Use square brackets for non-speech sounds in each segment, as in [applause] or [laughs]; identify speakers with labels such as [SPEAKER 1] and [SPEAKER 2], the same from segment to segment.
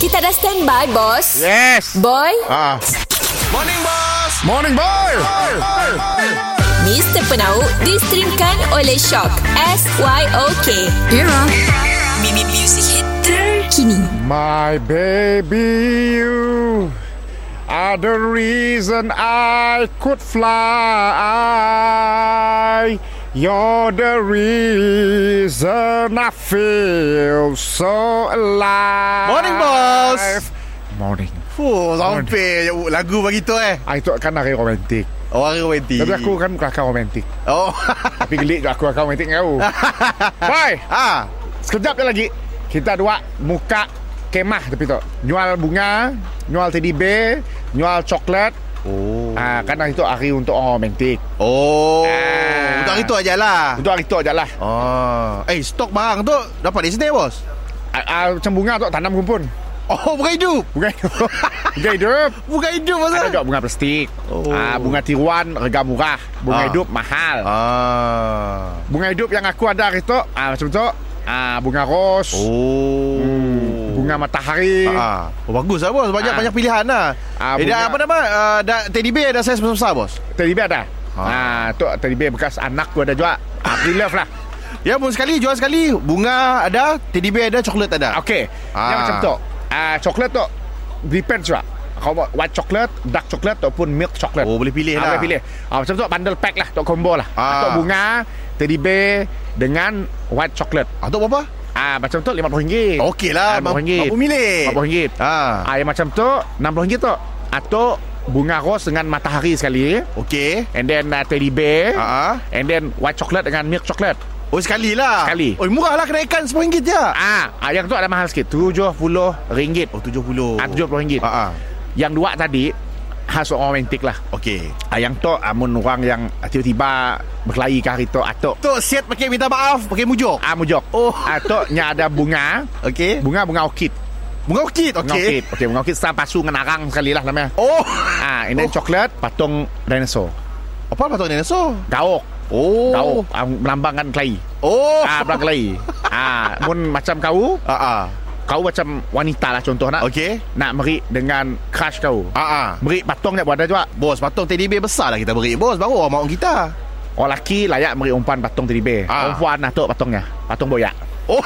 [SPEAKER 1] Kita dah standby, bos.
[SPEAKER 2] Ya. Yes.
[SPEAKER 1] Boy,
[SPEAKER 2] Ah.
[SPEAKER 3] Morning Boss
[SPEAKER 2] Morning boy.
[SPEAKER 1] Mr. Penau distrimkan oleh Shock. S-Y-O-K. Era. Mimi Music Hit terkini.
[SPEAKER 2] My baby you are the reason I could fly. You're the reason I feel so alive.
[SPEAKER 3] Morning, boss.
[SPEAKER 2] Morning.
[SPEAKER 3] Fuh, sampai je lagu bagi tu eh
[SPEAKER 2] Ah, itu kan hari romantik.
[SPEAKER 3] Orang romantik
[SPEAKER 2] Tapi aku kan kelakar romantik.
[SPEAKER 3] Oh [laughs]
[SPEAKER 2] Tapi gelik tu aku akan romantik dengan kau. Bye.
[SPEAKER 3] Ah,
[SPEAKER 2] Sekejap je lagi Kita dua Muka Kemah tepi tu Nyual bunga Nyual teddy bear Nyual coklat
[SPEAKER 3] Oh
[SPEAKER 2] Ah, kan hari tu hari untuk orang romantik
[SPEAKER 3] Oh
[SPEAKER 2] Ah.
[SPEAKER 3] Untuk hari tu ajalah
[SPEAKER 2] Untuk hari tu je lah
[SPEAKER 3] Oh Eh stok barang tu Dapat di sini bos
[SPEAKER 2] ah, ah, Macam bunga tu tanam kumpul
[SPEAKER 3] Oh bukan hidup
[SPEAKER 2] Bunga hidup [laughs] Bunga hidup
[SPEAKER 3] Bukan hidup
[SPEAKER 2] Ada
[SPEAKER 3] masa
[SPEAKER 2] juga bunga plastik
[SPEAKER 3] Oh.
[SPEAKER 2] ah, Bunga tiruan Harga murah Bunga
[SPEAKER 3] Ah.
[SPEAKER 2] hidup mahal
[SPEAKER 3] Ah
[SPEAKER 2] Bunga hidup yang aku ada hari tu ah, Macam tu ah, Bunga ros
[SPEAKER 3] Oh
[SPEAKER 2] Bunga matahari
[SPEAKER 3] Ah, oh, bagus lah bos
[SPEAKER 2] Hmm.
[SPEAKER 3] Banyak
[SPEAKER 2] Ah.
[SPEAKER 3] banyak pilihan lah
[SPEAKER 2] Ah,
[SPEAKER 3] eh, dah,
[SPEAKER 2] bunga-
[SPEAKER 3] Apa nama uh, dah, Teddy bear dah size besar-besar bos
[SPEAKER 2] Teddy bear ada ah.
[SPEAKER 3] Ah.
[SPEAKER 2] tu teddy bear bekas anak gua ada juga ah, Free love lah
[SPEAKER 3] Ya pun sekali Jual sekali Bunga ada Teddy bear ada Coklat ada
[SPEAKER 2] Okey. Ah. Yang
[SPEAKER 3] Ah.
[SPEAKER 2] macam tu. Ah, coklat tu depend juga. Kau mau white chocolate, dark chocolate ataupun milk chocolate.
[SPEAKER 3] Oh, boleh pilih
[SPEAKER 2] ah,
[SPEAKER 3] lah.
[SPEAKER 2] Boleh pilih. Ah, macam tu bundle pack lah, tu combo lah.
[SPEAKER 3] Ah.
[SPEAKER 2] Atau bunga, teddy bear dengan white chocolate.
[SPEAKER 3] Atau berapa?
[SPEAKER 2] Ah, macam tu RM50.
[SPEAKER 3] Okey lah
[SPEAKER 2] Ah, RM50.
[SPEAKER 3] Mampu milik
[SPEAKER 2] RM50.
[SPEAKER 3] Ah,
[SPEAKER 2] Ah, yang macam tu RM60 tu. Atau bunga ros dengan matahari sekali.
[SPEAKER 3] Okey
[SPEAKER 2] And then uh, teddy bear.
[SPEAKER 3] Ah.
[SPEAKER 2] And then white chocolate dengan milk chocolate.
[SPEAKER 3] Oh sekali lah
[SPEAKER 2] Sekali.
[SPEAKER 3] Oh murah lah kenaikan RM10 je
[SPEAKER 2] Ah, ah yang tu ada mahal sikit. RM70.
[SPEAKER 3] Oh RM70
[SPEAKER 2] Ah, RM70.
[SPEAKER 3] ah, ah.
[SPEAKER 2] Yang dua tadi khas orang romantik lah.
[SPEAKER 3] Okey
[SPEAKER 2] Ah, yang tu amun orang yang tiba-tiba berkelahi ke hari tu atok.
[SPEAKER 3] Tok Siat pakai minta maaf Pakai mujuk
[SPEAKER 2] Ah mujok.
[SPEAKER 3] Oh.
[SPEAKER 2] Atok nya ada bunga,
[SPEAKER 3] Okey
[SPEAKER 2] bunga bunga orkid.
[SPEAKER 3] Bunga orkid
[SPEAKER 2] Bunga
[SPEAKER 3] Okey
[SPEAKER 2] orkid. Okey, bunga orkid sama pasu dengan arang sekali lah namanya.
[SPEAKER 3] Oh [laughs]
[SPEAKER 2] Ah, and then
[SPEAKER 3] Oh.
[SPEAKER 2] coklat patung dinosaur.
[SPEAKER 3] Apa patung dinosaur
[SPEAKER 2] Gaok.
[SPEAKER 3] Oh
[SPEAKER 2] Gaok ah, melambangkan kelahi.
[SPEAKER 3] Oh
[SPEAKER 2] Ah, [laughs] belang kelahi. Ah, mun macam kau,
[SPEAKER 3] ah, ah.
[SPEAKER 2] kau macam wanita lah contoh nak.
[SPEAKER 3] Okey
[SPEAKER 2] Nak meri dengan crush kau.
[SPEAKER 3] ah, ah.
[SPEAKER 2] Meri patung dia buat ada juga.
[SPEAKER 3] Bos patung teddy bear besar lah kita beri Bos baru orang mahu kita
[SPEAKER 2] Orang lelaki layak beri umpan patung teddy bear.
[SPEAKER 3] Ah.
[SPEAKER 2] Ah. Perempuan lah tu patungnya. Patung boyak.
[SPEAKER 3] Oh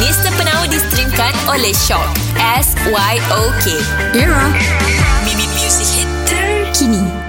[SPEAKER 1] Mr. Penau distrimkan oleh Shock. S-Y-O-K. Era. Mimi Music Hit terkini.